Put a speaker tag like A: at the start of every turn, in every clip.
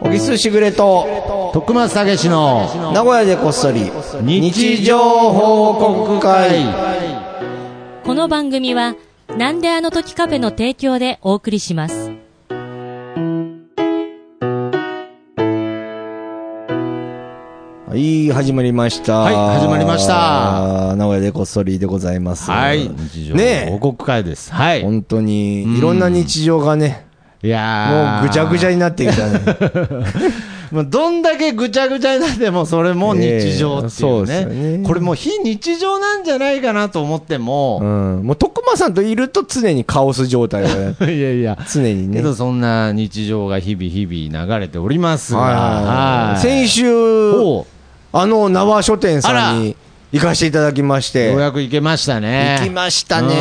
A: 小木すしぐれと、
B: 徳松たけしの
A: 名古屋でこっそり、日常報告会。
C: この番組は、なんであの時カフェの提供でお送りします。
A: はい、始まりました。
B: はい始まりました。
A: 名古屋でこっそりでございます。
B: はい。日常
A: ねえ
B: 報告会です。はい。
A: 本当
B: うん
A: に、いろんな日常がね、
B: いや
A: もうぐちゃぐちゃ
B: に。
A: になってきたね。
B: もうどんだけぐちゃぐちゃになっても、それも日常ってい
A: ええそううです
B: ね。
A: よね
B: これもう非日常なんじゃないかなと思って
A: う
B: も、
A: ん。もう徳間さんといると常にカオス状態だ ね
B: いやいや。
A: 常にね
B: け。ど、そんな日常が日々日々流れておりますが、
A: はい。先週、
B: お
A: あの、縄書店さん
B: あ
A: に行かせていただきまして。
B: ようやく行けましたね。
A: 行きました
B: う
A: ね。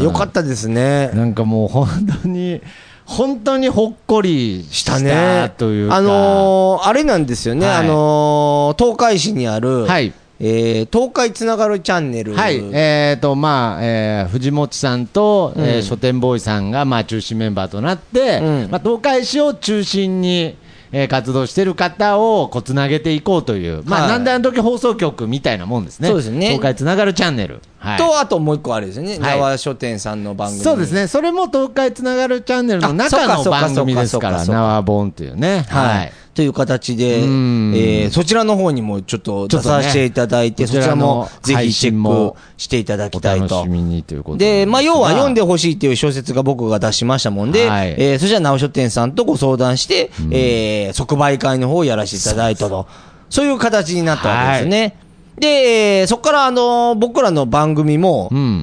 B: ん
A: よかったですね。
B: なんかもう本当に、本当にほっこりし
A: した
B: た
A: ね。
B: というか。
A: あのーあれなんですよね。
B: はい
A: あのー東海市にある、
B: はい。
A: えー東海つながるチャンネル。
B: はい。えっ、と、まあ、えー藤本さんと、えー書店ボーイさんが、まあ、中心メンバーとなって、
A: うん
B: まあ、東海市を中心に、えー活動してる方をこうつなげていこうという、まあ、
A: はい
B: なんであの時放送局みたいなもんですね。
A: そうですね
B: 東海つながるチャンネル。はい。
A: と、あともう一個あれですよね。
B: はい
A: 縄書店さんの番組。
B: そうです。ね。それも東海つながるチャンネルの中
A: あ
B: の
A: そうかそうか
B: 番組ですから、
A: そうかそうか
B: 縄本っていうね。
A: はい。
B: はい
A: という形で、え
B: うん
A: ーそちらの方にもちょっと
B: ち
A: 出
B: ょっと
A: さ
B: ね
A: せていただいて、
B: こ
A: そ
B: ち
A: ち
B: ら
A: ら
B: の
A: もぜひチェ
B: 配信
A: ッ
B: も
A: クしていただき
B: お
A: たい
B: 楽
A: と
B: し。みにということ
A: で、
B: なんす
A: まあ、
B: が
A: 要は読んでほしいっていう小説が僕が出しましたもんで、
B: はい
A: えーそしたら直書店さんとご相談して、えー即売会の方をやらせていただいたと。そういう形になったわけですね。で、えーそこから、あのー僕らの番組も、
B: うん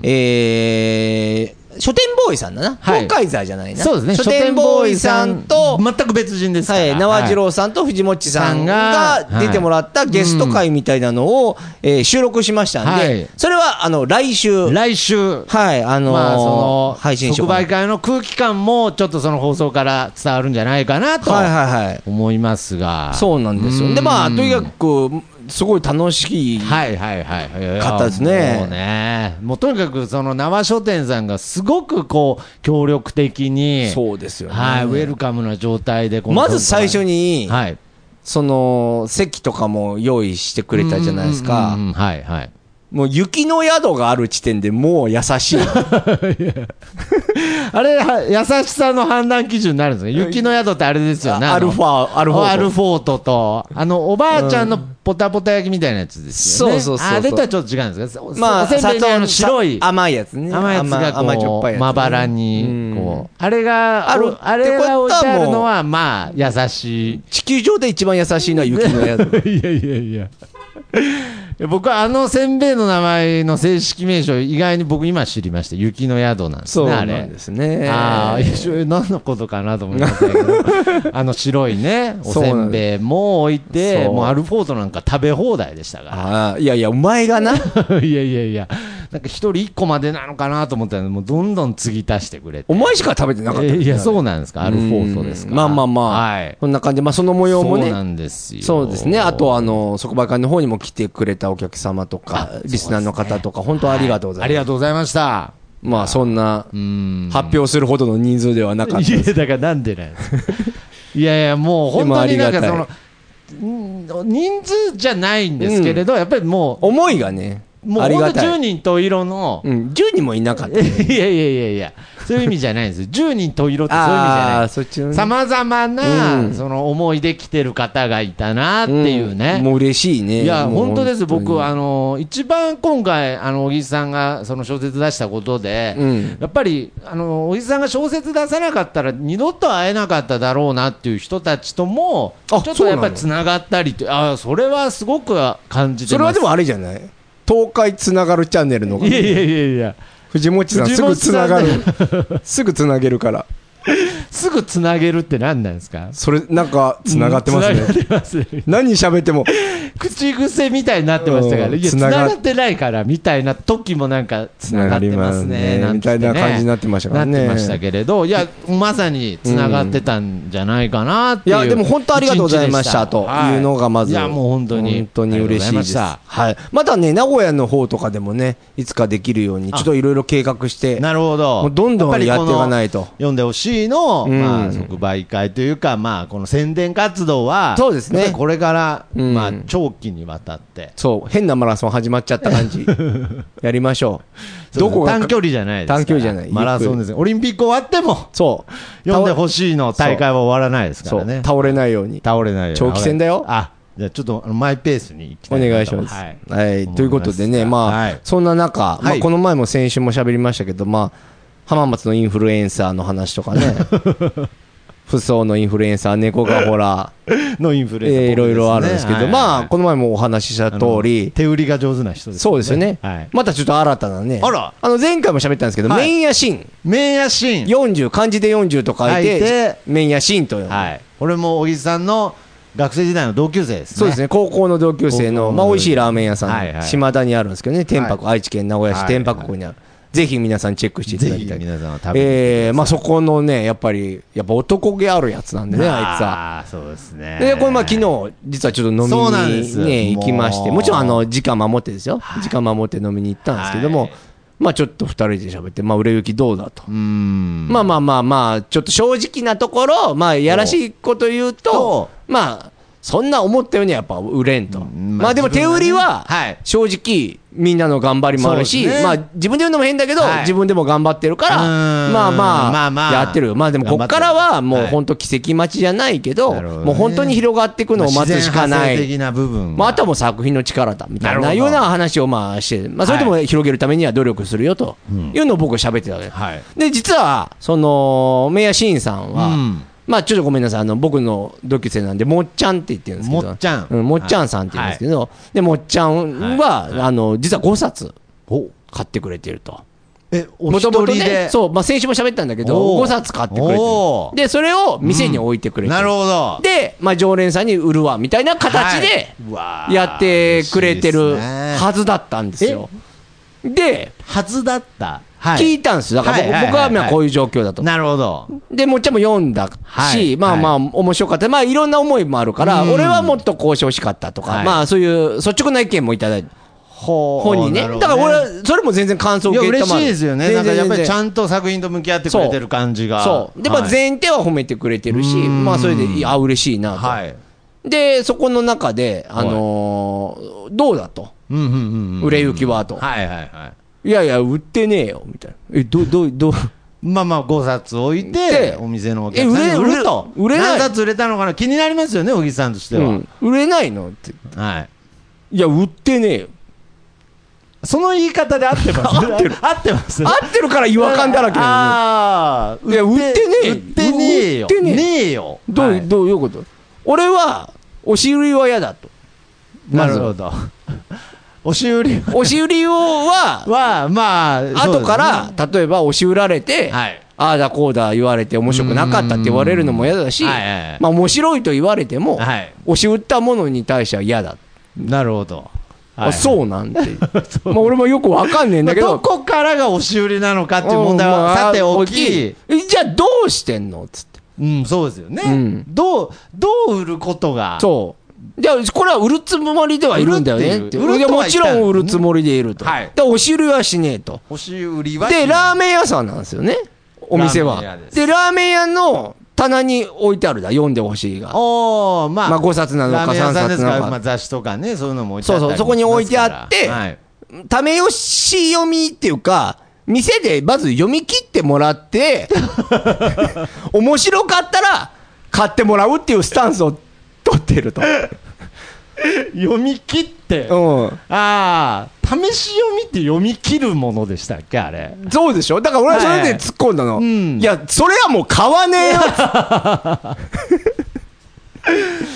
A: えー書店ボーイさんだな。
B: はい
A: 東海座じゃないな。
B: そうですね。
A: 書店ボーイさんと、
B: 全く別人ですか
A: は
B: ら。
A: い、縄次郎さんと藤本さん
B: さ
A: が
B: んが
A: 出てもらったゲスト会みたいなのを、えー収録しましたんで、
B: はい
A: それは、あの、来週。
B: 来週、
A: はい、あのー
B: まあ、その、
A: 配信しよう
B: 即
A: かな
B: 売会の空気感も、ちょっとその放送から伝わるんじゃないかなと
A: はいはいはい。
B: 思いますが。
A: そうなんです
B: う
A: よ。
B: ん
A: で、まあ、とにかく、すごい楽しい。
B: はいはいはい。いや
A: かったですね
B: もうね。もうとにかく、その、縄書店さんがすごくこう、協力的に、
A: そうですよね。
B: はい、ウェルカムな状態で、この
A: まず最初に、
B: はい。
A: その、席とかも用意してくれたじゃないです
B: う
A: か
B: んう。んうんはいはい。
A: もう雪の宿がある地点でもう優しい。
B: あれ、は優しさの判断基準になるんですね。雪の宿ってあれですよね。
A: アルファ、アルファ。
B: アルフォートと、あの、おばあちゃんのポタポタ焼きみたいなやつですよね。
A: そうそうそうそう
B: あれとはちょっと違うんですか
A: まあ、
B: おせんべいにあの
A: 砂
B: 白
A: 糖
B: い
A: さ甘いやつね。
B: 甘いやつが
A: 甘じょ
B: こ
A: っぱいや
B: う、
A: つね
B: まばらに、
A: うん
B: こう、あれが、
A: ある
B: おあれ
A: ってこと
B: が
A: は
B: 置いてあるの
A: もう
B: は、まあ、優しい。
A: 地球上で一番優しいのは雪の 宿。
B: いやいやいや。僕はあのせんべいの名前の正式名称、意外に僕今知りました。雪の宿なんです
A: そう
B: ね、
A: な
B: あ
A: ん
B: れ。
A: ですね。
B: ああ、いやそれ何のことかなと思いましたけど、あの白 いね、おせんべいも置いて、
A: そう
B: もうアルフォートなんか食べ放題でしたか
A: ああ、いやいや、お前がな。
B: ら。 いやいやいや、なんか一人一個までなのかなと思ったら、もうどんどん継ぎ足してくれて。
A: お前しか食べてなかった
B: え
A: よ
B: ーいや、そううなんですか、アルフォートですか。
A: んまあまあまあ、
B: はい。
A: こんな感じで、まあ、その模様も
B: そうな
A: ね。
B: んですよ。
A: そうですね。あと、あの、即売会の方にも来てくれたお客様とか、リスナーの方とか、本当ありがとうござ
B: あ
A: い
B: り
A: ます。
B: がとうございました。
A: まあ、そんな、
B: うん。
A: 発表するほどの人数ではなかっ
B: い
A: た。
B: や、だからなんでなんですかいやいや、もう本当になんか
A: で
B: そ
A: もあ
B: の、ん人数じゃないんですけれど、やっぱりもう、
A: 思いがね、
B: もう
A: あり
B: ほ
A: が
B: んと
A: た
B: 10
A: い。
B: 人十色の、
A: うん、10人もいなかっ
B: いやいやいやいや、そういう意味じゃないんですよ。10人十色ってそういう意味じゃ
A: た。
B: ない
A: あー、。そっちのね
B: さまざま
A: う
B: な、
A: ん
B: その思いで来てる方がいたなっていうね。
A: んもう嬉しいね。
B: いや、
A: もう
B: 本当です、
A: に
B: 僕、あの一番今回、あの小木さんがその小説出したことで、
A: うん
B: やっぱりあの小木さんが小説出さなかったら、二度と会えなかっただろうなっていう人たちとも、ちょ
A: あ
B: っとやっぱりつながったりって、あそれはすごく感じて
A: それは
B: ま
A: で
B: す
A: もあれじゃない東海つながるチャンネルの方が
B: いやいやいやいや、
A: 藤本さん
B: 藤
A: す
B: 本
A: ぐ
B: さ
A: つ
B: ん
A: ながる。すぐつなげるから。
B: すぐつなげるって何なんですか、
A: それ、なんか、つながってますね。
B: つながってます
A: 何喋っても、
B: 口癖みたいになってましたから、
A: うん
B: いや、
A: つ
B: つな
A: なが
B: がってないからみたいな時もなんか、つ
A: つな
B: なが
A: が
B: って
A: り
B: ま
A: ますす
B: ね、
A: ね
B: なん
A: み
B: つったて
A: い
B: ね
A: な感じになってましたからね。
B: なってましたけれど、いや、まさにつながってたんじゃないかなって
A: い
B: いう、
A: や、でも本当ありがとうございました、というのがまず。
B: いや、もう本当に。
A: 本当に嬉しいです。
B: ありがとうござま
A: はい。またね、名古屋の方とかでもね、いつかできるように、ちょっといろいろ計画して
B: し、たなるほど。
A: もうどんどん
B: ぱりこの
A: やっていかないと
B: 読んでほしいのをの、
A: うん
B: まあ、即売会というか、まあ、この宣伝活動は、
A: そうですね
B: やっぱりこれから、
A: うん
B: まあ、長期にわたって、
A: そう、変なマラソン始まっちゃった感 じ。やりましょう。どこが
B: 短距離じゃないですから
A: 短距離じゃない
B: マラソンですね。オリンピック終わっても、
A: そう。
B: 読んで
A: 倒
B: ほしいの大会は終わらないですからね。
A: そう倒れないように。
B: 倒れないように
A: 長期戦だよ
B: あ、じゃあちょっとあのマイペースに行きた
A: お
B: いなと
A: 願いします。
B: は
A: はい
B: い。。
A: ということでね、まあ、
B: はい
A: そんな中、ま
B: は
A: あ、
B: い
A: この前も先週も喋りましたけど、まあ、浜松のインフルエンサーの話 とかね、不相のインフルエンサー、猫がほら、
B: のインフルエンザ
A: えーいろいろあるんですけど、まあ、こ
B: の
A: の前もお話しした通り、
B: 手売りが上手な人ですね。
A: そうですよね、
B: はい。
A: またちょっと新たなね。
B: あら
A: の、前回も喋ったんですけど、
B: はい
A: 麺屋シン。
B: 麺屋シーン。
A: 40、漢字で40と書い
B: 書いて
A: て、麺屋シンと呼ぶ。
B: はい。これも小木さんの学生時代の同級生ですね。
A: そうですね、高校の同級生
B: 高
A: の、
B: 校の
A: まあ、美味しいラーメン屋さん、
B: はいはい
A: 島田にあるんですけどね、天白、愛知県名古屋市、
B: はい
A: 天白湖にある、ぜひ皆さんチェックしていた
B: ぜ
A: だき
B: ひ
A: たい。
B: 皆さんは食べて
A: えーまあ、そこのね、やっぱり、やっぱ男気あるやつなんでね、あいつは。
B: いつは。そうですね。
A: で、これ、まあ、昨日、実はちょっと飲
B: そうなんで
A: み
B: す
A: にね、
B: も
A: 行
B: う
A: きまして、もちろん、あの、時間守ってですよ。時間守って飲みに行ったんですけども、
B: はい
A: まあ、ちょっと二人で喋って、まあ、売れ行きどうだと。
B: うーん。
A: まあまあまあまあ、ちょっと正直なところ、まあ、やらしいこと言うと
B: そ、
A: まあ、そんな思ったようにはやっぱ売れんと。
B: ん
A: まあでも
B: 自
A: 手
B: 分が
A: 売
B: ね
A: りは
B: はい、
A: 正直、みんなの頑張りもあるし、
B: そうですね
A: まあ自分で言うのも変だけど
B: はい、
A: 自分でも頑張ってるから、
B: うーん
A: まあ
B: まあ
A: ま
B: ま
A: あ、
B: あ
A: やってるよ。まあでもこっからはもう
B: はい
A: 本当奇跡待ちじゃないけど、
B: なるほどね
A: もう本当に広がっていくのを待つしか
B: まあ
A: な
B: 自然発生
A: い。
B: 的な部分。
A: まあ、あとはもう作品の力だみたい
B: な
A: な
B: る
A: よ
B: ほ
A: う
B: ど
A: な話をまあして、まあ、それでも広げるためには努力するよというのを僕は喋ってたわけ、
B: はい。
A: で、実は、その、メアシーンさんは、
B: うん
A: まあちょっとごめんなさい、あの、僕の同級生なんで、もっちゃんって言ってるんですけど、
B: もっちゃん
A: うもっちゃんさんって言うんですけど、で、もっちゃんは、あの、実は5冊
B: お
A: 買ってくれてると。
B: え、お一
A: もともと
B: 人
A: ね
B: で、。
A: そう、まあ先週も喋ったんだけ
B: お
A: ど、
B: ー
A: 5冊買ってくれて
B: おー
A: る。で、それを店に置いてくれて
B: なるほど。
A: で、まあ常連さんに売るわ、みたいな形で、
B: はい
A: やってくれてるはずだったんですよ。で、
B: はずだった、は
A: 聞いたんですよ。だから僕,、
B: はいはいはいはい
A: 僕はまあこういう状況だと。
B: なるほど
A: で、もっちゃんも読んだし、
B: はい
A: まあまあ、
B: は
A: 面白かった。まあ、いろんな思いもあるから、
B: うん
A: 俺はもっとこうしてほしかったとか、
B: はい
A: まあ、そういう率直な意見もいただいて、
B: 本
A: 本にね。だから俺は、それも全然感想を
B: いや
A: 受け
B: 嬉
A: たま
B: し
A: る
B: いですよね
A: 全
B: なん
A: 然
B: かやっぱりち
A: 全然
B: ゃんと作品と向き合ってくれてる感じが
A: そう。で、まあ、
B: はい
A: 前提は褒めてくれてるし、
B: うん
A: まあ、それで、いや、あ嬉しいなと、
B: はい
A: で、そこの中で、あのーどうだと。
B: うんうんうんうん
A: 売れ行きはと、
B: はいはいはい
A: い。やいや、売ってねえよ、みたいな。え、ど、ど、ど、
B: まあまあ5冊置い
A: で
B: てお店のお客さんに
A: え
B: 売
A: 売れ
B: ると
A: 売れない
B: 何冊売れたのかな気になりますよね小木さんとして
A: う
B: は、
A: ん、売れないのって。
B: はい
A: いや、売ってねえ よ。
B: その言い方で合ってます合ってる合ってます
A: 合ってるから違和感だらけなのよ
B: ああ
A: いや売ってねえ
B: 売ってねえよ
A: 売ってねえ
B: えよ
A: どう、
B: はい
A: どういうこと俺は、押し売りは嫌だ と。
B: なる
A: ま
B: ほ
A: ず
B: ど。押し売りは、
A: 押し売りをは、
B: まあ、そうです
A: 後
B: ね
A: から、例えば押し売られて、
B: はい
A: ああだこうだ言われて面白くなかったって言われるのも嫌だし、
B: うんはいはいはい
A: まあ面白いと言われても、
B: はい
A: 押し売ったものに対しては嫌だ。
B: なるほど。
A: あそうなんて いう。まあ俺もよくわかんねえん
B: ま
A: だ
B: あ
A: けど。
B: どこからが押し売りなのかっていう問題
A: うんまあ
B: はさておき、
A: 大きいじゃあどうしてんのつって。
B: うん、そうですよ
A: う
B: ね
A: ん。
B: どう、どう売ることが、
A: そう。で、これは売るつもりではいるんだよねって。
B: 売るっていう売る
A: で
B: と
A: も
B: は言っ
A: ち
B: たんだよね
A: ろん売るつもりでいると。
B: はい
A: で、押し売りはしねえと。
B: 押し売りは。
A: で、ラーメン屋さんなんですよね。お店は。
B: ラーメン
A: で
B: 屋です
A: ラーメン屋の棚に置いてあるだ。読んでほしいが。
B: おーまあ、
A: まあ5冊なのか
B: ラーメン屋さんで
A: 3冊
B: す
A: なの
B: から、
A: か
B: まあ、雑誌とかね、そういうのも置いてあったり
A: そうそうそこに置いてあって
B: しますからはい
A: ためよし読みっていうか、店でまず読み切ってもら って、面白かったら買ってもらうっていうスタンスを取って ると。
B: 読み切って、
A: うん。
B: ああ、試し読みって読み切るものでしたっけ、あれ。
A: そうでしょだから俺はそれで突っ込んだの。
B: はいうん
A: いや、それはもう買わねえよ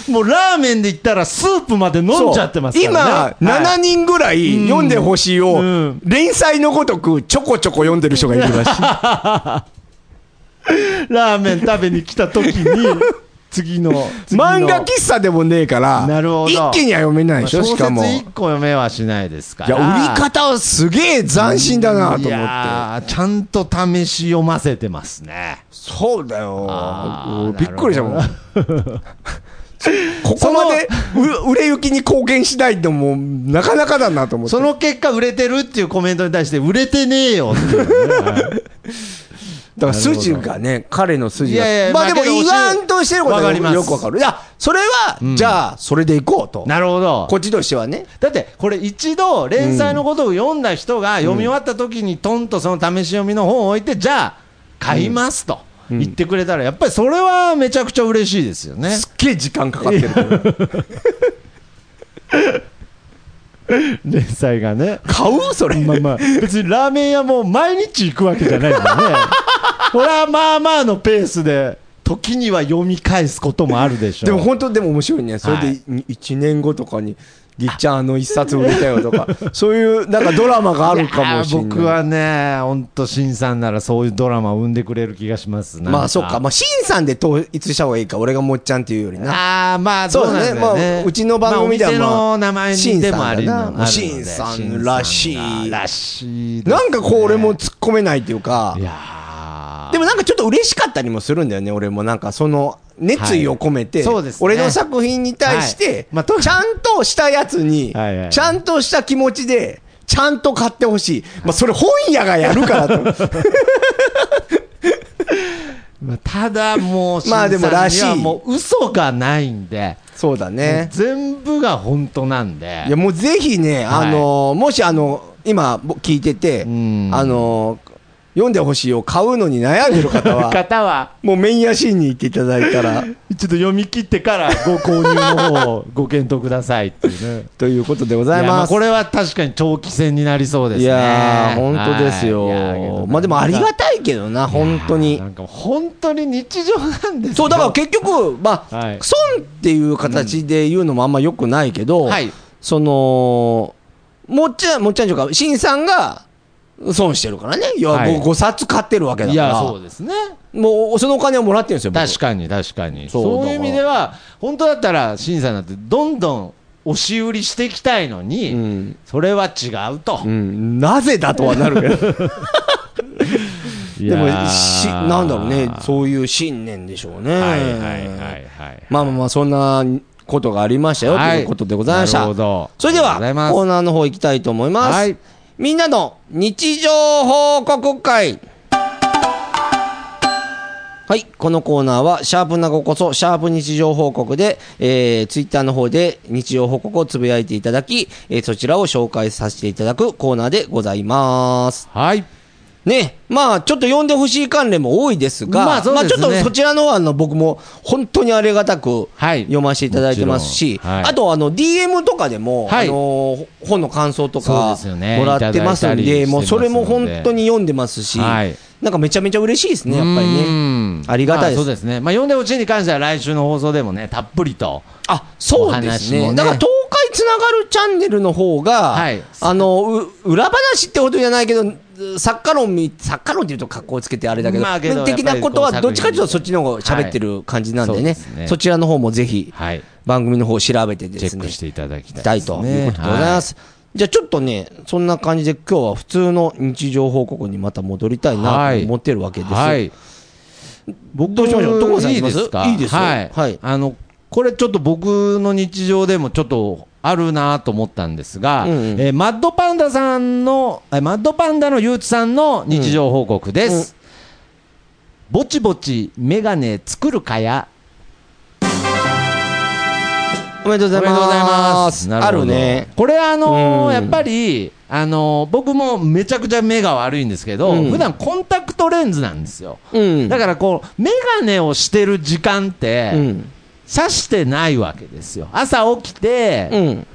B: もうラーメンで言ったらスープまで 飲んじゃってますからね。
A: 今、
B: はい
A: 7人ぐらい読んでほしいを、
B: うん
A: 連載のごとくちょこちょこ読んでる人がいるらしい。
B: ラーメン食べに来た 時に、次の。次の
A: 漫画喫茶でもねえから、
B: なるほど
A: 一気には読めないでしょ、しかも。
B: 小
A: い
B: 説1個読めはしないですから。
A: や、売り方はすげえ斬新だなと思
B: い
A: って。
B: やーちゃんと試し読ませてますね。
A: そうだよ
B: あ。ー
A: びっくりしたもん
B: なる。
A: ここまでう売れ行きに貢献しないのもなかなかだなと思って。
B: その結果、売れてるっていうコメントに対して、売れてねえよっていうね、はい
A: だから筋がね、彼の筋が。
B: いやいや
A: まあでも
B: だけど
A: 言わんとしてること
B: わ
A: は
B: かります
A: よくわかる。いや、それは、じゃあ、それでいこうと。
B: なるほ ど。
A: こっちとしてはね。
B: だって、これ一度、連載のことを読んだ人が読み終わった時に、トンとその試し読みの本を置いて、じゃあ、買いますと言ってくれたら、やっぱりそれはめちゃくちゃ嬉しいですよね。
A: すっげえ時間かかってるけど。
B: 連載がね。
A: 買うそれ。
B: まあまあ、別にラーメン屋も毎日行くわけじゃないん だよね。これはまあまあのペースで、時には読み返すこともあるでしょう。
A: でも本当でも面白いね。それで
B: はい
A: 1年後とかに、ぎっちゃんあの一冊売れたよと か、そういうなんかドラマがあるかもしれない。
B: やー僕はね、本当、新さんならそういうドラマを生んでくれる気がします
A: まあそっか。
B: ま
A: まあ、シンさんで統一した方がいいか。俺がもっちゃんっていうよりな。
B: ああー、まあ、どうなんだよね。
A: そうだねまあうちの番組ではまあ
B: まあ、お店の名前にでもあり
A: シンさんだな
B: のあるので
A: シンさんらしい
B: シンさんらしいですね、
A: なんかこう俺も突っ込めないっていうか
B: い。やー
A: でもなんかちょっと嬉しかったりもするんだよね、俺も。なんかその熱意を込めて、
B: はいそうですね
A: 俺の作品に対して、
B: はいまあと
A: ちゃんとしたやつに、
B: はいはい
A: ちゃんとした気持ちで、ちゃんと買ってほしい。まあそれ本屋がやるから と。
B: まあただもう、シ ン
A: まあでも
B: さ
A: ら
B: ん
A: し
B: に
A: い
B: はもう嘘がないんで、
A: そうだね。
B: 全部が本当なんで。
A: いやもうぜひね、
B: はい
A: あの、もしあの、今ぼ聞いてて、あ
B: ん
A: の、読んでほしいを買うのに悩んでる方は、
B: 方は、
A: もうメインヤシーンに行っていただいた ら、
B: ちょっと読み切ってからご購入の方を ご検討くださいっていうね。
A: ということでござい
B: いやま
A: ま
B: あ
A: す。
B: これは確かに長期戦になりそうですね。
A: いやー、本当ですよ。
B: はいいやー
A: まあでもありがたいけどな、本当に
B: な。んか本当に日常なんですよ
A: そう、だから結局、まあ、
B: はい
A: 損っていう形で言うのもあんま良くないけど、
B: はい
A: その、もっちゃん、もっちゃんというか、しんさんが損してるからね。いや、
B: はい
A: もう5冊買ってるわけだ
B: い
A: か
B: や
A: ら。
B: そうですね。
A: もう、そのお金をもらってるんですよ、僕
B: 確かに確かに。
A: そう
B: そういう
A: だ
B: 意
A: から
B: 味では、本当だったら、審査なんてどんどん押し売りしていきたいのに、
A: ん
B: それは違うと。
A: うん、なぜだとはなる けど。
B: で
A: でも、し、なんだろうね、そういう信念でしょうね。
B: はいはいはいはい。
A: まあまあまあ、そんなことがありましたよ、
B: はい
A: ということでございました。
B: なるほど
A: それでは、
B: ありがとうございます
A: コーナーの方行きたいと思います。
B: はい
A: みんなの日常報告会。はい。このコーナーは、シャープなごこそ、シャープ日常報告で、えー、ツイッターの方で日常報告をつぶやいていただき、えー、そちらを紹介させていただくコーナーでございます。
B: はい。
A: ね、まあ、ちょっと読んでほしい関連も多いですが、
B: まあそうですね
A: まあちょっとそちらの方はあの僕も本当にありがたく
B: はい
A: 読ませていただいてますし、
B: もちろんはい
A: あとあの DM とかでも、
B: はい
A: あの本の感想と
B: そう
A: か
B: ですよね
A: もらってますん
B: いただいたりして
A: で、
B: ます
A: もうそれも
B: の
A: 本
B: で
A: 当に読んでますし、
B: はい
A: なんかめちゃめちゃ嬉しいですね、やっぱり
B: う
A: ね
B: ん。
A: ありがたいです。
B: まあそうですね。まあ、読んでほしいに関しては来週の放送でもね、たっぷりと。
A: あ、そうです
B: お話
A: ね。
B: もね
A: だから、東海つながるチャンネルの方が、
B: はい
A: あの、う裏話ってほどじゃないけど、作家論み、作家論っていうと格好つけてあれだけど、
B: まあけど
A: 的なことは、
B: やっぱ
A: ど
B: りこう
A: っちかというとそっちの方が喋ってる感じなんでね、
B: はい
A: そ
B: そうですね
A: ちらの方もぜひ、
B: はい。
A: 番組の方を調べてです
B: チ
A: ね、
B: ェックしていただき
A: いき
B: た
A: た
B: い
A: い
B: ですね。
A: ということでございます。じゃあちょっとね、そんな感じで今日は普通の日常報告にまた戻りたいなと思ってるわけです。
B: はい。僕
A: どうしましょう所さん
B: いいですか
A: いいですよ
B: はい。
A: はい
B: あの、これちょっと僕の日常でもちょっとあるなと思ったんですが、
A: うんうん
B: えーマッドパンダさんの、えーマッドパンダのゆうちさんの日常報告です。ぼちぼちメガネ作るかや。
A: おめでとうございます。
B: な
A: あ
B: ほ
A: る
B: ど
A: ね。。
B: これあの
A: うん
B: ーやっぱり、あのー僕もめちゃくちゃ目が悪いんですけど、
A: うん
B: 普段コンタクトレンズなんですよ。
A: うん。
B: だからこう、メガネをしてる時間って、
A: うん。
B: 刺してないわけですよ。朝起きて、
A: うん。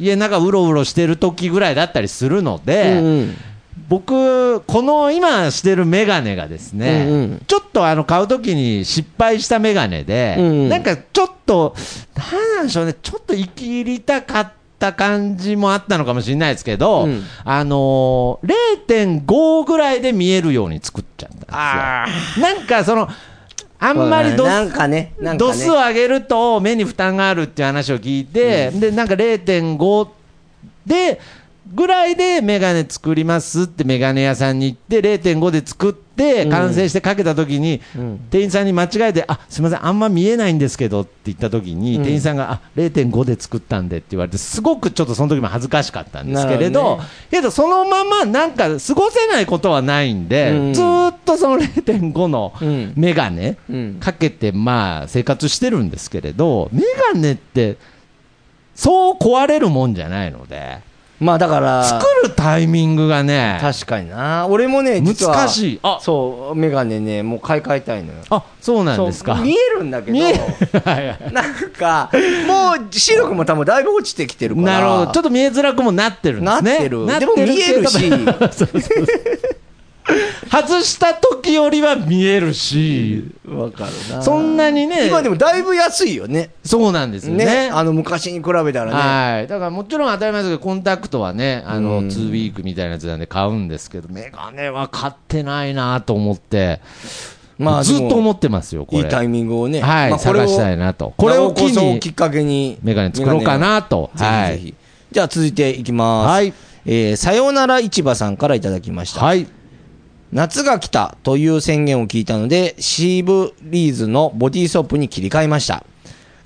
B: 家の中うろうろしてる時ぐらいだったりするので、
A: うん
B: 僕、この今してるメガネがですね、
A: うんうん
B: ちょっとあの買うときに失敗したメガネで、
A: うんうん
B: なんかちょっと、なんなんでしょうね、ちょっと生きりたかった感じもあったのかもしれないですけど、
A: うん
B: あのー0.5ぐらいで見えるように作っちゃったんですよ。なんかその、あんまりど
A: なんかね、なんかね。
B: 度数を上げると目に負担があるっていう話を聞いて、でなんか0.5でぐらいでメガネ作りますってメガネ屋さんに行って0.5で作ってって、完成してかけたときに、店員さんに間違えて、あすみません、あんま見えないんですけどって言ったときに、店員さんが、あ0.5で作ったんでって言われて、すごくちょっとその時も恥ずかしかったんですけれ
A: なるほど
B: ど、
A: ね
B: けど、そのままなんか過ごせないことはないんで、
A: うん
B: ずーっとその0.5の
A: うん
B: メガネ
A: うん
B: かけて、まあ、生活してるんですけれど、メガネって、そう壊れるもんじゃないので、
A: まあだから、
B: 作るタイミングがね、
A: 確かにな。俺もね、実は
B: 難しいあ
A: そう、メガネね、もう買い替えたいのよ。
B: あそうなんですか
A: そう。見えるんだけど
B: 見、えはいはい
A: なんか、もう視力も多分だいぶ落ちてきてるから。
B: なるほど、ちょっ
A: っ
B: と見えづらくもなってるんで
A: なっ
B: すね。
A: てる。
B: なっ
A: で
B: て
A: も見える
B: け
A: し
B: ど。外した時よりは見えるし、
A: わかるな。
B: そんなにね
A: 今でもだいぶ安いよね。
B: そうなんですよ
A: ね
B: ね。
A: あの昔に比べたらね。
B: はい、だからもちろん当たり前ですけど、コンタクトはね、あの
A: うん
B: 2ウィークみたいなやつなんで買うんですけど、メガネは買ってないなと思って、
A: まあ、
B: ずっと
A: でも
B: 思ってますよ、これ。
A: いいタイミングをね。
B: はい、
A: まあこれを
B: 探したいなと。
A: こ
B: こ
A: れ
B: れ
A: を
B: を
A: こ
B: 機
A: そを
B: に
A: き、っかけに。
B: メガネ作ろうかなと。
A: メガネを。ぜひぜひ。じゃあ続いていきます。
B: はい
A: えーさよなら市場さんからいただきました。
B: はい。はい。
A: 夏が来たという宣言を聞いたので、シーブリーズのボディーソープに切り替えました。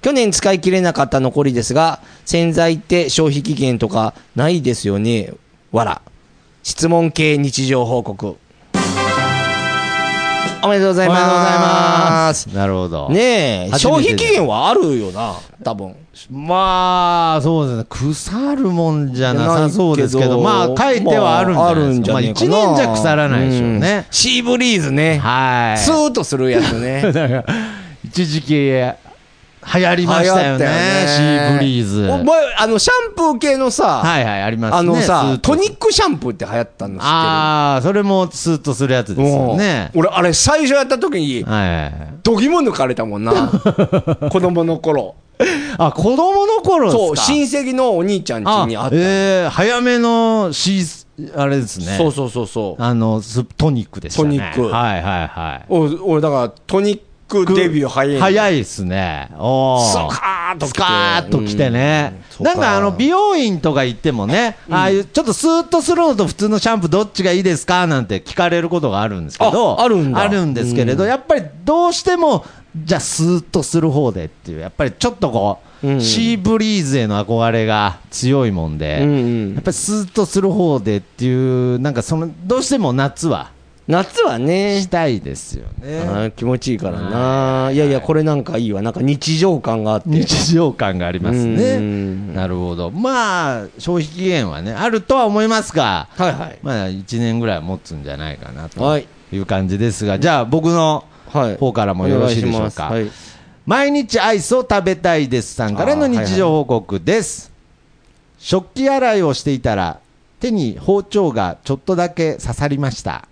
A: 去年使い切れなかった残りですが、洗剤って消費期限とかないですよね。わら。質問系日常報告。おめでとうございます。
B: おめでとうございます。なるほど。
A: ねえ、
B: 初
A: 消
B: めて
A: 費期限はあるよな、多分。
B: まあ、そうですね。腐るもんじゃなさそうですけど、まあ、書いてはあるんじゃ
A: ま
B: ないですか。まあ、
A: ああるんじゃねえか
B: 1
A: な
B: 年じゃ腐らないでしょうね
A: ん。シーブリーズね。
B: はい。
A: スーッとするやつね。
B: 一時期、流行りま したよね。
A: 流行った
B: シ
A: よね
B: ーブリーズ。
A: お
B: は
A: 前、あの、シャンプー系のさ、
B: いはい、ありますね。
A: あの
B: スー
A: さ
B: ッ、と
A: トニックシャンプーって流行ったの知ってる
B: ああ、それもスーッとするやつですよね
A: う。ん俺、あれ、最初やった時に、
B: はいはいはい。
A: どぎも抜かれたもん な。子供の頃。
B: あ、子供の頃ですか
A: そう、親戚のお兄ちゃん家にあ
B: あ
A: っ、た。
B: えー、早めのシー、あれですね。
A: そうそうそうそう。
B: あの、ストニックでしたね。
A: トニック
B: はいはいはい。
A: 俺、俺だから、トニックデビュー早い。
B: 早いですね。お
A: ス
B: ー
A: カーッと来て。
B: スカーッと来てね
A: うん。そう
B: なんかあの、美容院とか行ってもね、ああいう、ちょっとスーッとするのと普通のシャンプーどっちがいいですかなんて聞かれることがあるんですけど、
A: ああるんだ
B: あるんですけれど、やっぱりどうしても、じゃあスーッとする方でっていう、やっぱりちょっとこ
A: うん
B: う、シーブリーズへの憧れが強いもん
A: うんう
B: で、や
A: ん
B: っ。ぱりスーッとする方でっていう、なんかその、どうしても夏は
A: 夏はね
B: し、たいですよね。
A: あー気持ちいいからな。いやいや、これなんかいいわ。なんか日常感があって。
B: 日常感がありますね。
A: うん
B: なるほど。まあ、消費期限はね、あるとは思いますが、
A: はいはい。
B: まあ、1年ぐらいは持つんじゃないかなと
A: はい。
B: いう感じですが、じゃあ、僕の
A: はい。
B: 方からもよろしいでしょうか。
A: お願いしま
B: 毎日アイスを食べたいですさんからの日常報告です。食器洗いをしていたら、手に包丁がちょっとだけ刺さりました。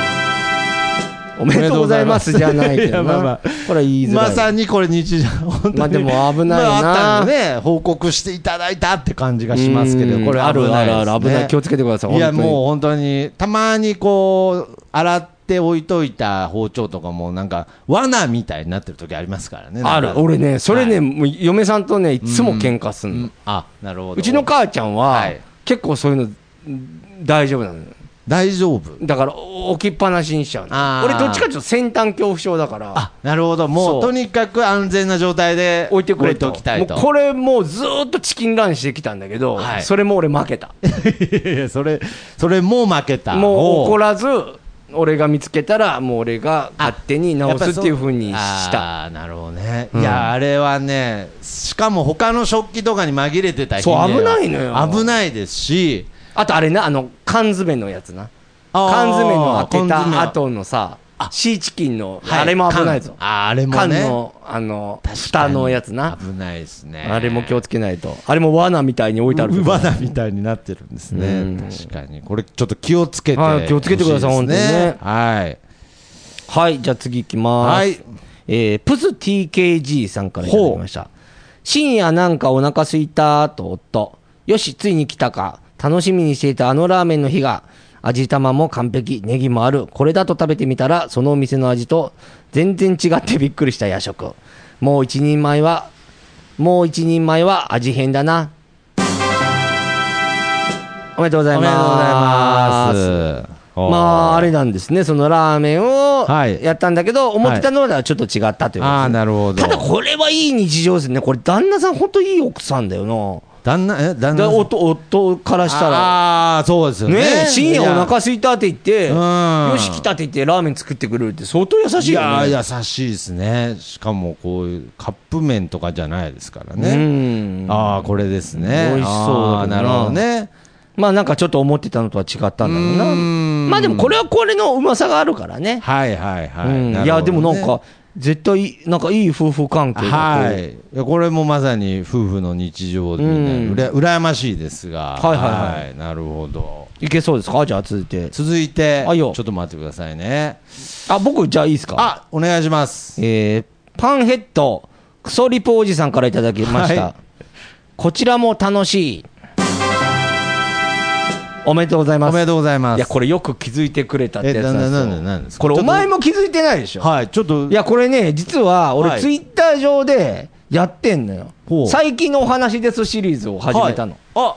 A: すはい。おめでとうございますじゃないけど
B: いやまあま
A: な
B: あ。
A: これは言いづらい。
B: まさにこれ日常、本当に。
A: まあでも危ないな
B: まああったんでね、報告していただいたって感じがしますけ
A: うん
B: ど、これ危ないです、ね。
A: あるあるある危ない気をつけてください
B: いや、
A: 本当に
B: もう本当に、たまにこう、洗って置いといた包丁とかも、なんか、罠みたいになってる時ありますからね。
A: あ
B: なん
A: る
B: か
A: 俺ねそれね、
B: はい
A: もう嫁さんとねいつも喧嘩すんの、う
B: うんあ、なるほど。
A: ちの母ちゃんは、
B: はい
A: 結構そういうのうん大丈夫なのよ
B: 大丈夫。
A: だからお置きっぱなしにしちゃう
B: あ
A: の
B: ー
A: 俺どっちかというと先端恐怖症だから
B: あ、なるほど。もう、
A: そう
B: とにかく安全な状態で
A: 置いてくれと
B: 置いておきたいと。
A: もうこれもうずーっとチキンランしてきたんだけど、
B: はい
A: それも俺負けた
B: いやいやそれ、それもう負けた。
A: もう怒
B: ら
A: らず俺が見つけたらもう俺が勝手に直すっていうふうにした
B: あーなるほどね。
A: うん
B: いや、あれはね、しかも他の食器とかに紛れてた日には
A: そう危ないのよ
B: 危ないですし、
A: あとあれなあの缶詰のやつな
B: あー
A: 缶詰の当て
B: 缶詰
A: た後のさシーチキンの
B: はい
A: あれも危ないぞ
B: 缶あーあれも
A: 缶
B: ね。
A: の、あの、
B: 確か
A: 蓋
B: に
A: のやつな。
B: 危ないですね。
A: あれも気をつけないと。あれも罠みたいに置いてあるけど。
B: 罠みたいになってるんです
A: うん
B: ね。確かに。これちょっと気をつけて、
A: はい気をつけてください
B: ほしです
A: 本
B: ね。はい。
A: はい、じゃあ次行きます。
B: はい
A: えー、プス TKG さんからいただきました。深夜なんかお腹すいたと夫。よし、ついに来たか。楽しみにしていたあのラーメンの日が。味玉も完璧、ネギもある。これだと食べてみたら、そのお店の味と全然違ってびっくりした夜食。もう一人前は、もう一人前は味変だな。おめでとうござい
B: おめでとうござい
A: ます。
B: ます。あー
D: まあ、あれなんですね、そのラーメンを
B: はい
D: やったんだけど、思ってたのはちょっと違ったということですね
B: ああ、なるほど。
D: ただこれはいい日常ですね、これ、旦那さん、本当いい奥さんだよな、
B: 旦那、え、旦
D: だ
B: 那。
D: 夫夫からしたら、
B: ああ、そうですよね。
D: ねえ、深夜お
B: いや
D: 腹空いたって言って、
B: うん
D: よし、来たって言って、ラーメン作ってくれるって、相当優しい
B: い
D: よ
B: や
D: ね。
B: ー優しいですね、しかもこういうカップ麺とかじゃないですから
D: う
B: ね、
D: ん
B: ああ、これですね、
D: 美味しそう
B: あ
D: だ
B: ー
D: けど
B: な
D: な
B: るほどね、
D: まあなんかちょっと思ってたのとは違ったんだろうな。
B: うん
D: まあでもこれはこれのうまさがあるからね。
B: はいはいはい、
D: うん
B: ないるほどね
D: やでもなんか、絶対、なんかいい夫婦関係だ
B: は
D: と。
B: い、いやこれもまさに夫婦の日常みたいな、
D: うん
B: うら羨ましいですが、
D: はいはいはい
B: いなるほど、
D: いけそうですかじゃあ続いて。
B: 続いて、
D: あいい
B: ち
D: よ
B: ょっと待ってくださいね、
D: あ、僕じゃあいいですか
B: あお願いします。
D: えーパンヘッド、クソリポおじさんからいただきました。
B: はい
D: こちらも楽しい。おめでとうございま
B: お
D: す。
B: めでとうございます。
D: いや、これよく気づいてくれたってやつなんですよ。
B: えななななんですか
D: これお前
B: ちょ
D: も気づいてないでしょ
B: っとはい、ちょっと、
D: いや、これね、実は
B: は
D: 俺、
B: い
D: ツイッター上でやってんのよ
B: ほ。う
D: 最近のお話ですシリーズを始めたの。
B: はいあ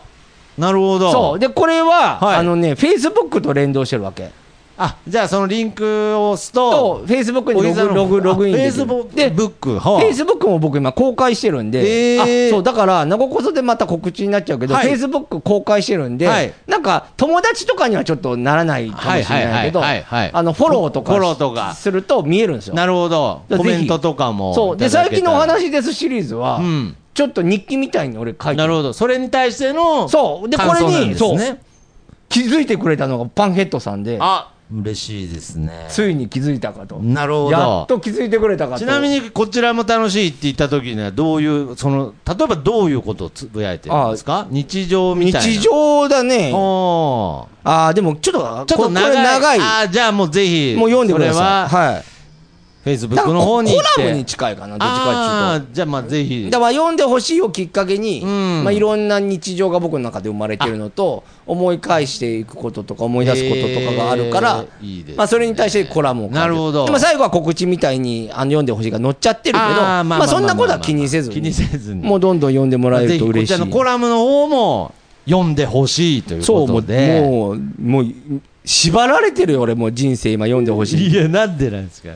B: なるほど。
D: そう。で、これは、
B: はい
D: あのね、Facebook と連動してるわけ。
B: あじゃあそのリンクを押す
D: と、
B: と、
D: Facebook
B: お
D: に
B: じさん
D: ログログログイン
B: あ
D: できる。
B: Facebook
D: で、
B: ブック、はあ
D: Facebook も僕今公開してるんで、
B: えー
D: あそう、だから、なごこそでまた告知になっちゃうけど、
B: はい
D: Facebook 公開してるんで、
B: はい
D: なんか友達とかにはちょっとならないかもしれないけど、
B: はいはいはいはいはい
D: あの、フォローとか
B: フォローとか
D: すると見えるんですよ。
B: なるほど、
D: だ
B: コ
D: からぜひ
B: メントとかも。
D: そう。で、
B: いただ
D: 最
B: け
D: 近
B: た
D: の
B: ら
D: お話ですシリーズは、
B: うん
D: ちょっと日記みたいに俺書いて
B: なるほど、それに対しての
D: そうでこれ
B: 感
D: に
B: 想なんですね
D: そう気づいてくれたのがパンヘッドさんで、
B: あ嬉しいですね。
D: ついに気づいたかと。
B: なるほど
D: やっと気づいてくれたかと。
B: ちなみにこちらも楽しいって言った時にはどういうその例えばどういうことをつぶやいてるんですか日常みたいな
D: 日常だね。
B: おー
D: ああ、でもちょっと、
B: ちょっと長い
D: これ長い。
B: あーじゃあもうぜひ
D: もう読んでください。
B: それは
D: はい。
B: フェイスブ
D: だ
B: ッ
D: か
B: ク
D: ら
B: の方に行って
D: コラムに近いかな、どっちか
B: あ
D: っていう
B: ーじゃあまあぜひ
D: と。だから読んでほしいをきっかけに、
B: ん
D: まあ、いろんな日常が僕の中で生まれてるのと、思い返していくこととか、思い出すこととかがあるから、
B: えーいいですね
D: まあ、それに対してコラムを書いて
B: なるほど
D: でも最後は告知みたいにあの読んでほしいが載っちゃってるけど、
B: あーまあまあ
D: まあそんなことは気にせず
B: 気にせずに
D: もうどんどん読んでもらえると嬉し
B: ぜひこちら
D: い
B: の。コラムの方も読んでほしいという
D: そう、
B: こと
D: もう、
B: で
D: もう、もう、縛られてるよ、俺、もう人生今読んでほしい。
B: いやなんでなんですか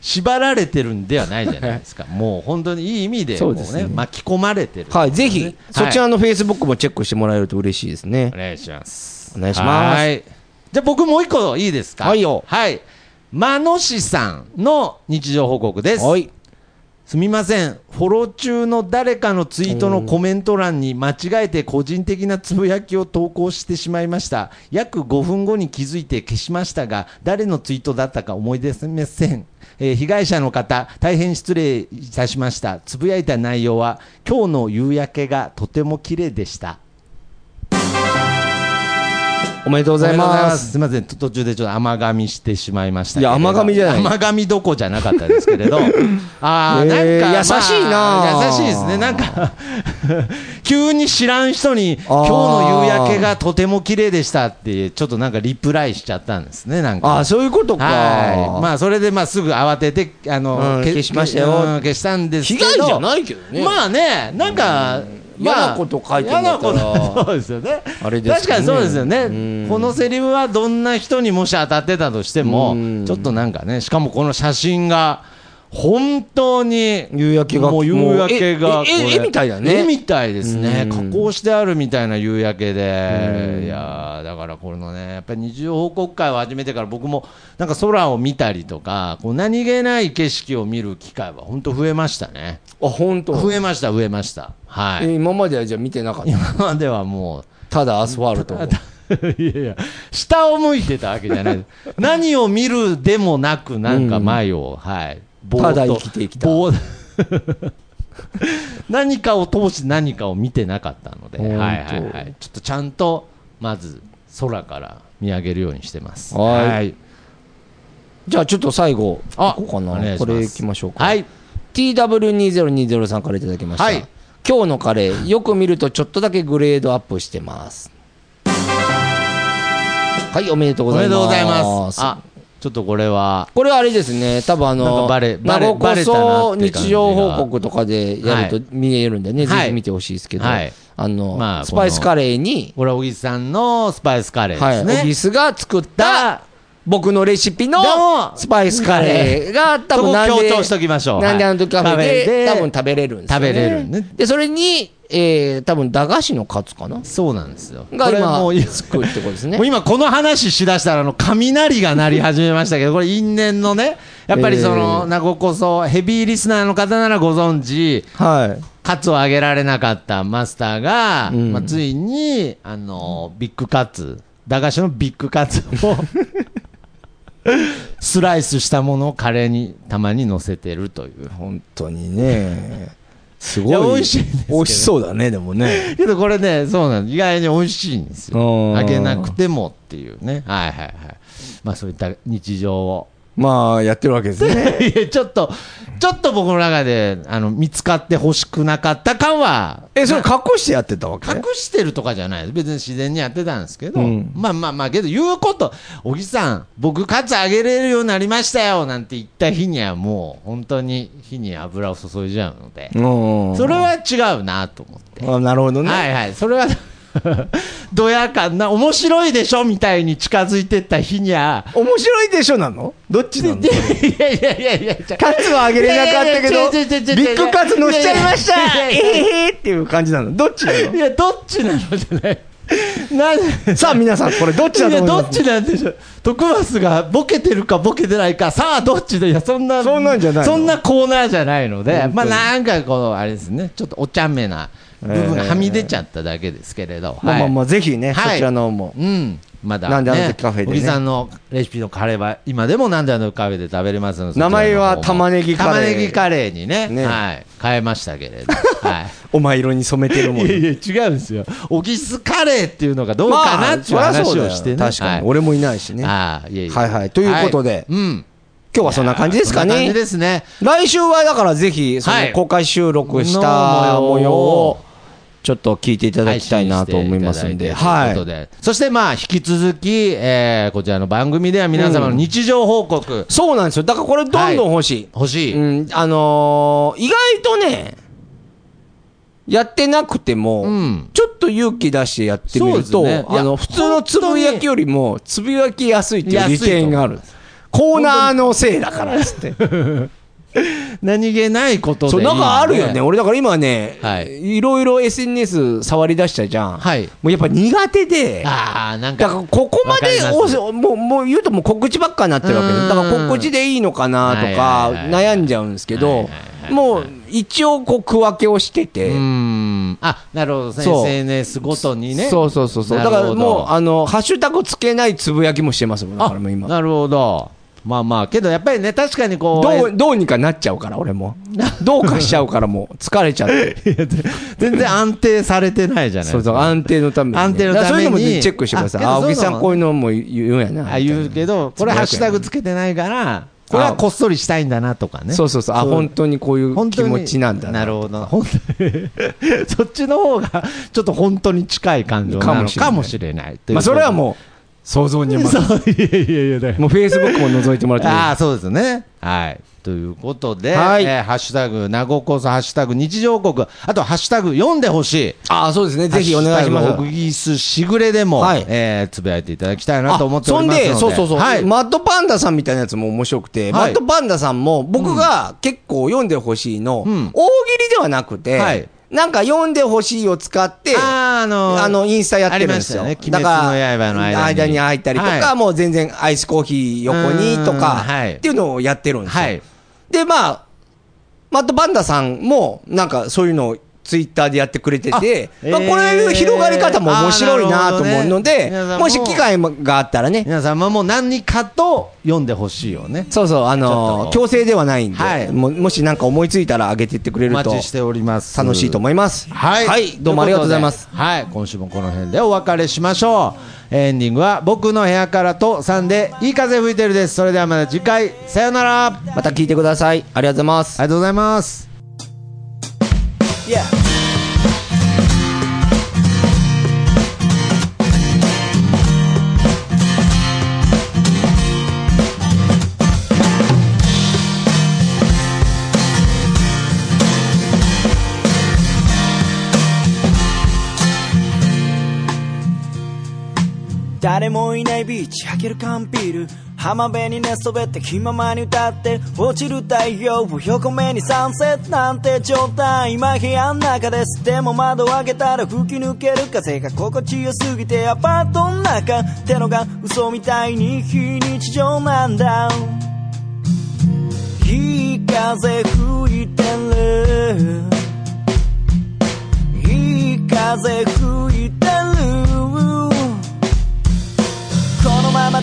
B: 縛られてるんではないじゃないですかもう本当にいい意味で
D: そ
B: も
D: う
B: う、
D: ですね
B: ね、巻き込まれてる、
D: はい、ぜひ、そち
B: は
D: らのフェイスブックもチェックしてもらえると嬉しいですね
B: い、お。願いします
D: お願いします
B: はいじゃあ僕もう一個いいですか
D: はいよ
B: はい間野市さんの日常報告です
D: はい。
B: すみません、フォロー中の誰かのツイートのコメント欄に間違えて個人的なつぶやきを投稿してしまいました。約5分後に気づいて消しましたが、誰のツイートだったか思い出せません。えー被害者の方、大変失礼いたしました。つぶやいた内容は、今日の夕焼けがとても綺麗でした。
D: おめでとうご
B: ご
D: ざいます。
B: すみません、と途中でちょっと甘噛みしてしまいましたけれど。
D: いや甘噛みじゃない
B: 甘噛みどこじゃなかったですけれど。ああ、
D: えー
B: なんか。
D: 優しいな
B: まあ優しいですね。なんか、 急に知らん人に、
D: あー
B: 今日の夕焼けがとても綺麗でしたって、ちょっとなんかリプライしちゃったんですね、なんか。
D: ああ、そういうことか。
B: はい。まあ、それで、まあ、すぐ慌てて、あの、
D: うん
B: け
D: 消しましたよ
B: うん消したんです
D: 被
B: けど。
D: 害じゃないけどね。
B: まあね、なんか、
D: うん
B: まあ
D: 嫌なこと書いてんだったら
B: 嫌なこと そうですよね。
D: あれです
B: 確
D: けど
B: かにそ
D: ね
B: うですよ
D: うん
B: ね。このセリフはどんな人にもし当たってたとしても
D: うん、
B: ちょっとなんかね、しかもこの写真が、本当に、
D: 夕焼けが
B: もう夕焼け
D: も
B: が
D: うええ
B: これ
D: 絵みたいだね
B: 絵みたいですね。
D: う
B: 加
D: ん
B: 工してあるみたいな夕焼け
D: う
B: で
D: ん。
B: いやーだからこのね、やっぱり日常報告会を始めてから僕も、なんか空を見たりとか、こう何気ない景色を見る機会は本当増えましたね。
D: あ、本当。
B: 増えました、増えました。は
D: え
B: い。
D: 今まではじゃあ見てなかった。
B: 今まではもう、
D: ただアスファルト。
B: いやいや、下を向いてたわけじゃ ない。何を見るでもなく、なんか前を、はい。ぼー
D: た
B: っと
D: だ生きてきた
B: ぼー 何かを通して何かを見てなかったので、
D: ほん
B: はい
D: と
B: はいはい。ちょっとちゃんと、まず、空から見上げるようにしてます。
D: はい
B: い。
D: じゃあちょっと最後、
B: あ
D: ここか
B: お願いし
D: な。
B: ます
D: これ行きましょうか。
B: はい。
D: TW2020 さんからいただきました。
B: はい
D: 今日のカレー、よく見るとちょっとだけグレードアップしてます。はい、おめでとう
B: お
D: ござ
B: め
D: い
B: で
D: ます。
B: とうございます。あ、ちょっとこれは、
D: これはあれですね、多分あ
B: なん
D: の、
B: かバレ
D: な
B: バレ
D: ごこ
B: バレたな
D: そ
B: って感じが
D: 日常報告とかでやる
B: は
D: と見えるんでね、
B: はい
D: ぜひ見てほしいですけど、
B: はい
A: あの、
B: まあ
A: スパイスカレーに、
B: これは小木さんのスパイスカレー
A: はい、
B: です
A: オ
B: ね。
A: ギスが作った、僕のレシピの
B: どうも
A: スパイスカレーが、多分なん
B: そこ
A: で、
B: 強調しときましょう
A: なんであの時カフェ
B: はいカフェ
A: で、
B: で
A: 多分食べれるんですよ、
B: 食
A: ね。
B: べれるね。
A: で、それに、えー、多分駄菓子のカツかな
B: そうなんですよ。
A: が
B: これもういい
A: 今、作るってことですね
B: もう。今この話しだしたらあの雷が鳴り始めましたけど、これ因縁のね、やっぱりそ
A: え
B: の、
A: ー
B: 名古こそヘビーリスナーの方ならご存知、
A: はい。
B: カツをあげられなかったマスターが、
A: うん
B: まあ、ついに、あの、ビッグカツ、駄菓子のビッグカツ を、スライスしたものをカレーにたまに乗せてるという。
A: 本当にね。すご
B: いや
A: い。
B: 美味しいんですけど
A: 美味しそうだね、でもね。
B: けどこれね、そうなんです。意外に美味しいんです
A: うん
B: よ。あげなくてもっていうね。はいはいはい。まあそういった日常を。
A: まあ、やってるわけですね。
B: いや、ちょっと、ちょっと僕の中で、あの、見つかってほしくなかった感は、
A: え、それ隠してやってたわけ
B: 隠してるとかじゃないです。別に自然にやってたんですけど、
A: うん
B: まあまあまあ、けど言うこと、小木さん、僕カツあげれるようになりましたよなんて言った日にはもう、本当に火に油を注いじゃうので、
A: うん。
B: それは違うなと思って。
A: あ、なるほどね。
B: はいはい、それは、 どや感な、面白いでしょみたいに近づいてった日には、
A: 面白いでしょなのどっちなの
B: でいやいやいやいや、ちょ
A: カツはあげれなかったけ
B: いや
A: ど、
B: いやいや違う違う違う違う
A: ビッグカツ乗しちゃいました
B: いやいやいや
A: えへへっていう感じなのどっちない
B: や、どっちなのじゃない。な
A: のさあ皆さん、これどっちだ
B: い
A: と
B: や
A: 思い
B: ど
A: ま
B: っ
A: す
B: ちなんでしょう、徳増がボケてるかボケてないか、さあ、どっちで、いや、そんな、
A: そんなんじゃないの
B: そんなコーナーじゃないので
A: 本当、に
B: まあ、なんかこう、あれですね、ちょっとお茶目な部分がはみ出ちゃっただけですけれど、
A: まあまあま
B: は
A: あ、ぜひね、
B: はい
A: そちらの方も
B: い、うん、まだ、ね、
A: なんであの時カフェでね
B: 小木さんのレシピのカレーは、今でもなんであの時カフェで食べれますので
A: 名前は
B: そちらの方も
A: 玉ねぎカレー
B: 玉ねぎカレーにね、
A: ね
B: はい、変えましたけれど、 はい。
A: お前色に染めてるもん
B: いや
A: ね。
B: いや、違うんですよ。オキスカレーっていうのがどう
A: ま
B: か
A: あ
B: なっていう
A: そりゃそう
B: 話
A: だよ
B: をしてね。
A: 確か
B: はい
A: に。俺もいないしね。今
B: ああ、いえいえ。
A: はいはいということで
B: はいうん。
A: 日はそんな感じですか
B: そんな感じ
A: ね。
B: ですね。
A: 来週はだからぜひ、そ
B: は
A: の
B: い
A: 公開収録した
B: の模
A: 模
B: 様
A: 様
B: を
A: を、ちょっと聞いていただきたいなと思いますんで。
B: は
A: はい
B: ただいてということ
A: い。
B: で。そしてまあ、引き続き、えーこちらの番組では皆様の日常報告、
A: そうなんですよ。だからこれどんどん欲しい。
B: 欲しい。
A: うん、あのー意外とね、やってなくても、
B: うん
A: ちょっと勇気出してやってみ
B: そう
A: る
B: です
A: と、
B: ねいや
A: あの普通のつぶやきよりも、つぶやきやすいっていう利点がある
B: 安い。
A: コーナーのせいだからっつって。
B: 何気ないことで
A: そう、
B: いい
A: なんかあるよね。。俺だから今ね、、
B: はい
A: ろいろ SNS 触り出したじゃん。
B: はい
A: もうやっぱ苦手で。
B: ああ、なん
A: だ
B: か。
A: からここまで
B: わかり
A: お
B: ます
A: せもう、もう言うともう告知ばっかになってるわけ
B: う
A: で
B: ん
A: す。だから告知でいいのかなとか
B: はいはいは
A: 悩
B: い
A: んじゃうんですけ
B: はい
A: ど
B: はいはいは、い
A: もう一応こう区分けをしてて
B: う、ん。あ、なるほどね。
A: そう
B: SNS ごとにね。
A: そうそうそうそう。だ
B: な
A: か
B: るほ
A: ら
B: ど
A: もう、あの、ハッシュタグつけないつぶやきもしてますもん。だからもう今。
B: なるほど。まあまあ、けどやっぱりね、確かにこう。
A: どう、どうにかなっちゃうから、俺も。どうかしちゃうからもう、疲れちゃって。
B: 全然安定されてないじゃない
A: そ
B: で
A: う
B: す
A: そう、
B: か。
A: 安定のためにね。
B: 安定のために
A: だからそういうのもねチェックしてください。
B: あ
A: あ、
B: けど
A: 小木さ
B: そうなんの
A: こういうのも言うんやな。
B: あ言うけど、これハッシュタグつけてないから、これはこっそりしたいんだなとかね。
A: そうそうそう。あ、本当にこういう
B: 本
A: 気
B: 当に
A: 持ちなんだ
B: な
A: な。
B: るほど。本当にそっちの方が、ちょっと本当に近い感情なの
A: か
B: か
A: も
B: も
A: し
B: しれない。
A: まあ、それは
B: う。
A: もう、想像に任せ
B: そ
A: る。
B: う、いやいやいやだから
A: もう、フェイスブックも覗いてもらってもいい
B: ああ、そうですね。はい。ということで、
A: はい
B: えーハッシュタグ、名護こそ、ハッシュタグ、日常報告、あと、ハッシュタグ、読んでほしい。
A: ああ、そうですね。ぜひお願いしま
B: ハ
A: す
B: ッシュタグオ。グギスしぐれでも、
A: はい
B: えーつぶやいていただきたいな
A: あ
B: と思っておりますので。
A: そんで、そうそうそう、
B: はい。
A: マッドパンダさんみたいなやつも面白くて、
B: はい
A: マッドパンダさんも僕が結構読んでほしいの、
B: うん
A: 大喜利ではなくて、
B: はい
A: なんか読んでほしいを使って、
B: あーあのー
A: あのインスタやってるんですよ。
B: ありましたよね鬼滅の刃の間に
A: 間に入ったりとか、
B: はい
A: もう全然アイスコーヒー横にとか、
B: うーんはい
A: っていうのをやってるんですよ。
B: はい
A: で、まあ、マッドパンダさんも、なんかそういうのをツイッターでやってくれてて、
B: あ
A: まあ、
B: えー
A: これの広がり方も面白いなと思うの
B: あー
A: で、
B: なるほどね
A: もし機会があったらね、
B: 皆様も何かと読んでほしいよね。
A: そうそう、あのー
B: ちょ
A: 強制ではないんで、
B: はい
A: ももしなんか思いついたら上げてってくれ
B: お
A: る
B: 待
A: と
B: ちしております。
A: 楽しいと思います。
B: はい、
A: どうもありがとうございます。
B: ということではい、今週もこの辺でお別れしましょう。エンディングは僕の部屋からと3でいい風吹いてるです。それではまた次回、さよなら。あり
A: また聞いてください。ありがとうございます。
B: がとうございます。
E: 「誰もいないビーチ開ける缶ビール浜辺に寝そべって気ままに歌って落ちる太陽を横目にサンセットなんて状態今部屋の中ですでも窓を開けたら吹き抜ける風が心地よすぎてアパートの中ってのが嘘みたいに非日常なんだいい風吹いてるいい風吹いてるこのまま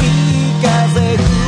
E: いい風吹